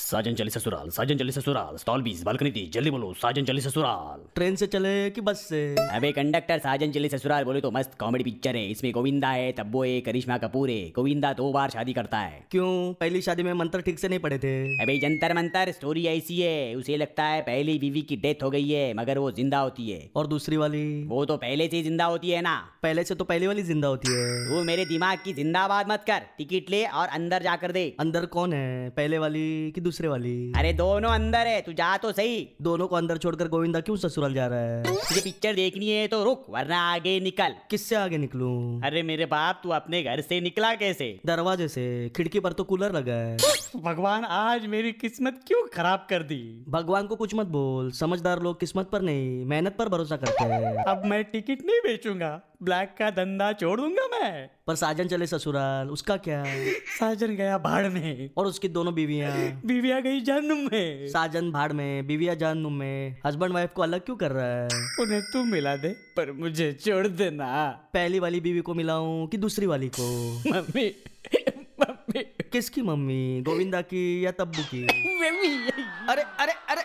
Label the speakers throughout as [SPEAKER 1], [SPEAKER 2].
[SPEAKER 1] साजन Chale Sasural Saajan Chale Sasural stall बीस balcony तीस जल्दी बोलो साजन चले ससुराल
[SPEAKER 2] ट्रेन से चले कि बस से
[SPEAKER 3] अबे कंडक्टर साजन चले ससुराल बोले तो मस्त कॉमेडी पिक्चर है इसमें गोविंदा है तब्बो है करिश्मा कपूर है गोविंदा दो बार शादी करता है
[SPEAKER 2] क्यों पहली शादी में मंत्र ठीक से नहीं पढ़े थे
[SPEAKER 3] अबे जंतर मंतर स्टोरी ऐसी है उसे लगता है पहली बीवी की डेथ हो गई है मगर वो जिंदा होती है
[SPEAKER 2] और दूसरी वाली
[SPEAKER 3] वो तो पहले से ही जिंदा होती है ना
[SPEAKER 2] पहले से तो पहली वाली जिंदा होती है
[SPEAKER 3] वो मेरे दिमाग की जिंदाबाद मत कर टिकट ले और अंदर जाकर दे
[SPEAKER 2] अंदर कौन है पहले वाली कि दूसरे वाली
[SPEAKER 3] अरे दोनों अंदर है तू जा तो सही
[SPEAKER 2] दोनों को अंदर छोड़कर गोविंदा क्यों ससुराल जा रहा है
[SPEAKER 3] तुझे पिक्चर देखनी है तो रुक वरना आगे निकल
[SPEAKER 2] किससे आगे निकलूं
[SPEAKER 3] अरे मेरे बाप तू अपने घर से निकला कैसे
[SPEAKER 2] दरवाजे से खिड़की पर तो कूलर लगा है
[SPEAKER 4] भगवान आज मेरी किस्मत क्यों खराब कर दी
[SPEAKER 2] भगवान को कुछ मत बोल समझदार लोग किस्मत पर नहीं मेहनत पर भरोसा करते हैं
[SPEAKER 4] अब मैं टिकट नहीं बेचूंगा ब्लैक का धंधा छोड़ दूंगा मैं
[SPEAKER 2] पर साजन चले ससुराल उसका क्या
[SPEAKER 4] साजन गया भाड़ में
[SPEAKER 2] और उसकी दोनों बीवियां
[SPEAKER 4] बीविया गई जन्म में
[SPEAKER 2] साजन भाड़ में बीविया जानू में हस्बैंड वाइफ को अलग क्यों कर रहा है
[SPEAKER 4] उन्हें तू मिला दे पर मुझे छोड़ देना
[SPEAKER 2] पहली वाली बीवी को मिलाऊं कि दूसरी वाली को
[SPEAKER 4] मम्मी मम्मी
[SPEAKER 2] किसकी मम्मी गोविंदा की या तब्बू की
[SPEAKER 4] मम्मी
[SPEAKER 5] अरे अरे अरे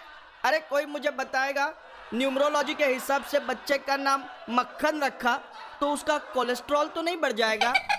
[SPEAKER 5] अरे कोई मुझे बताएगा न्यूमरोलॉजी के हिसाब से बच्चे का नाम मक्खन रखा तो उसका कोलेस्ट्रॉल तो नहीं बढ़ जाएगा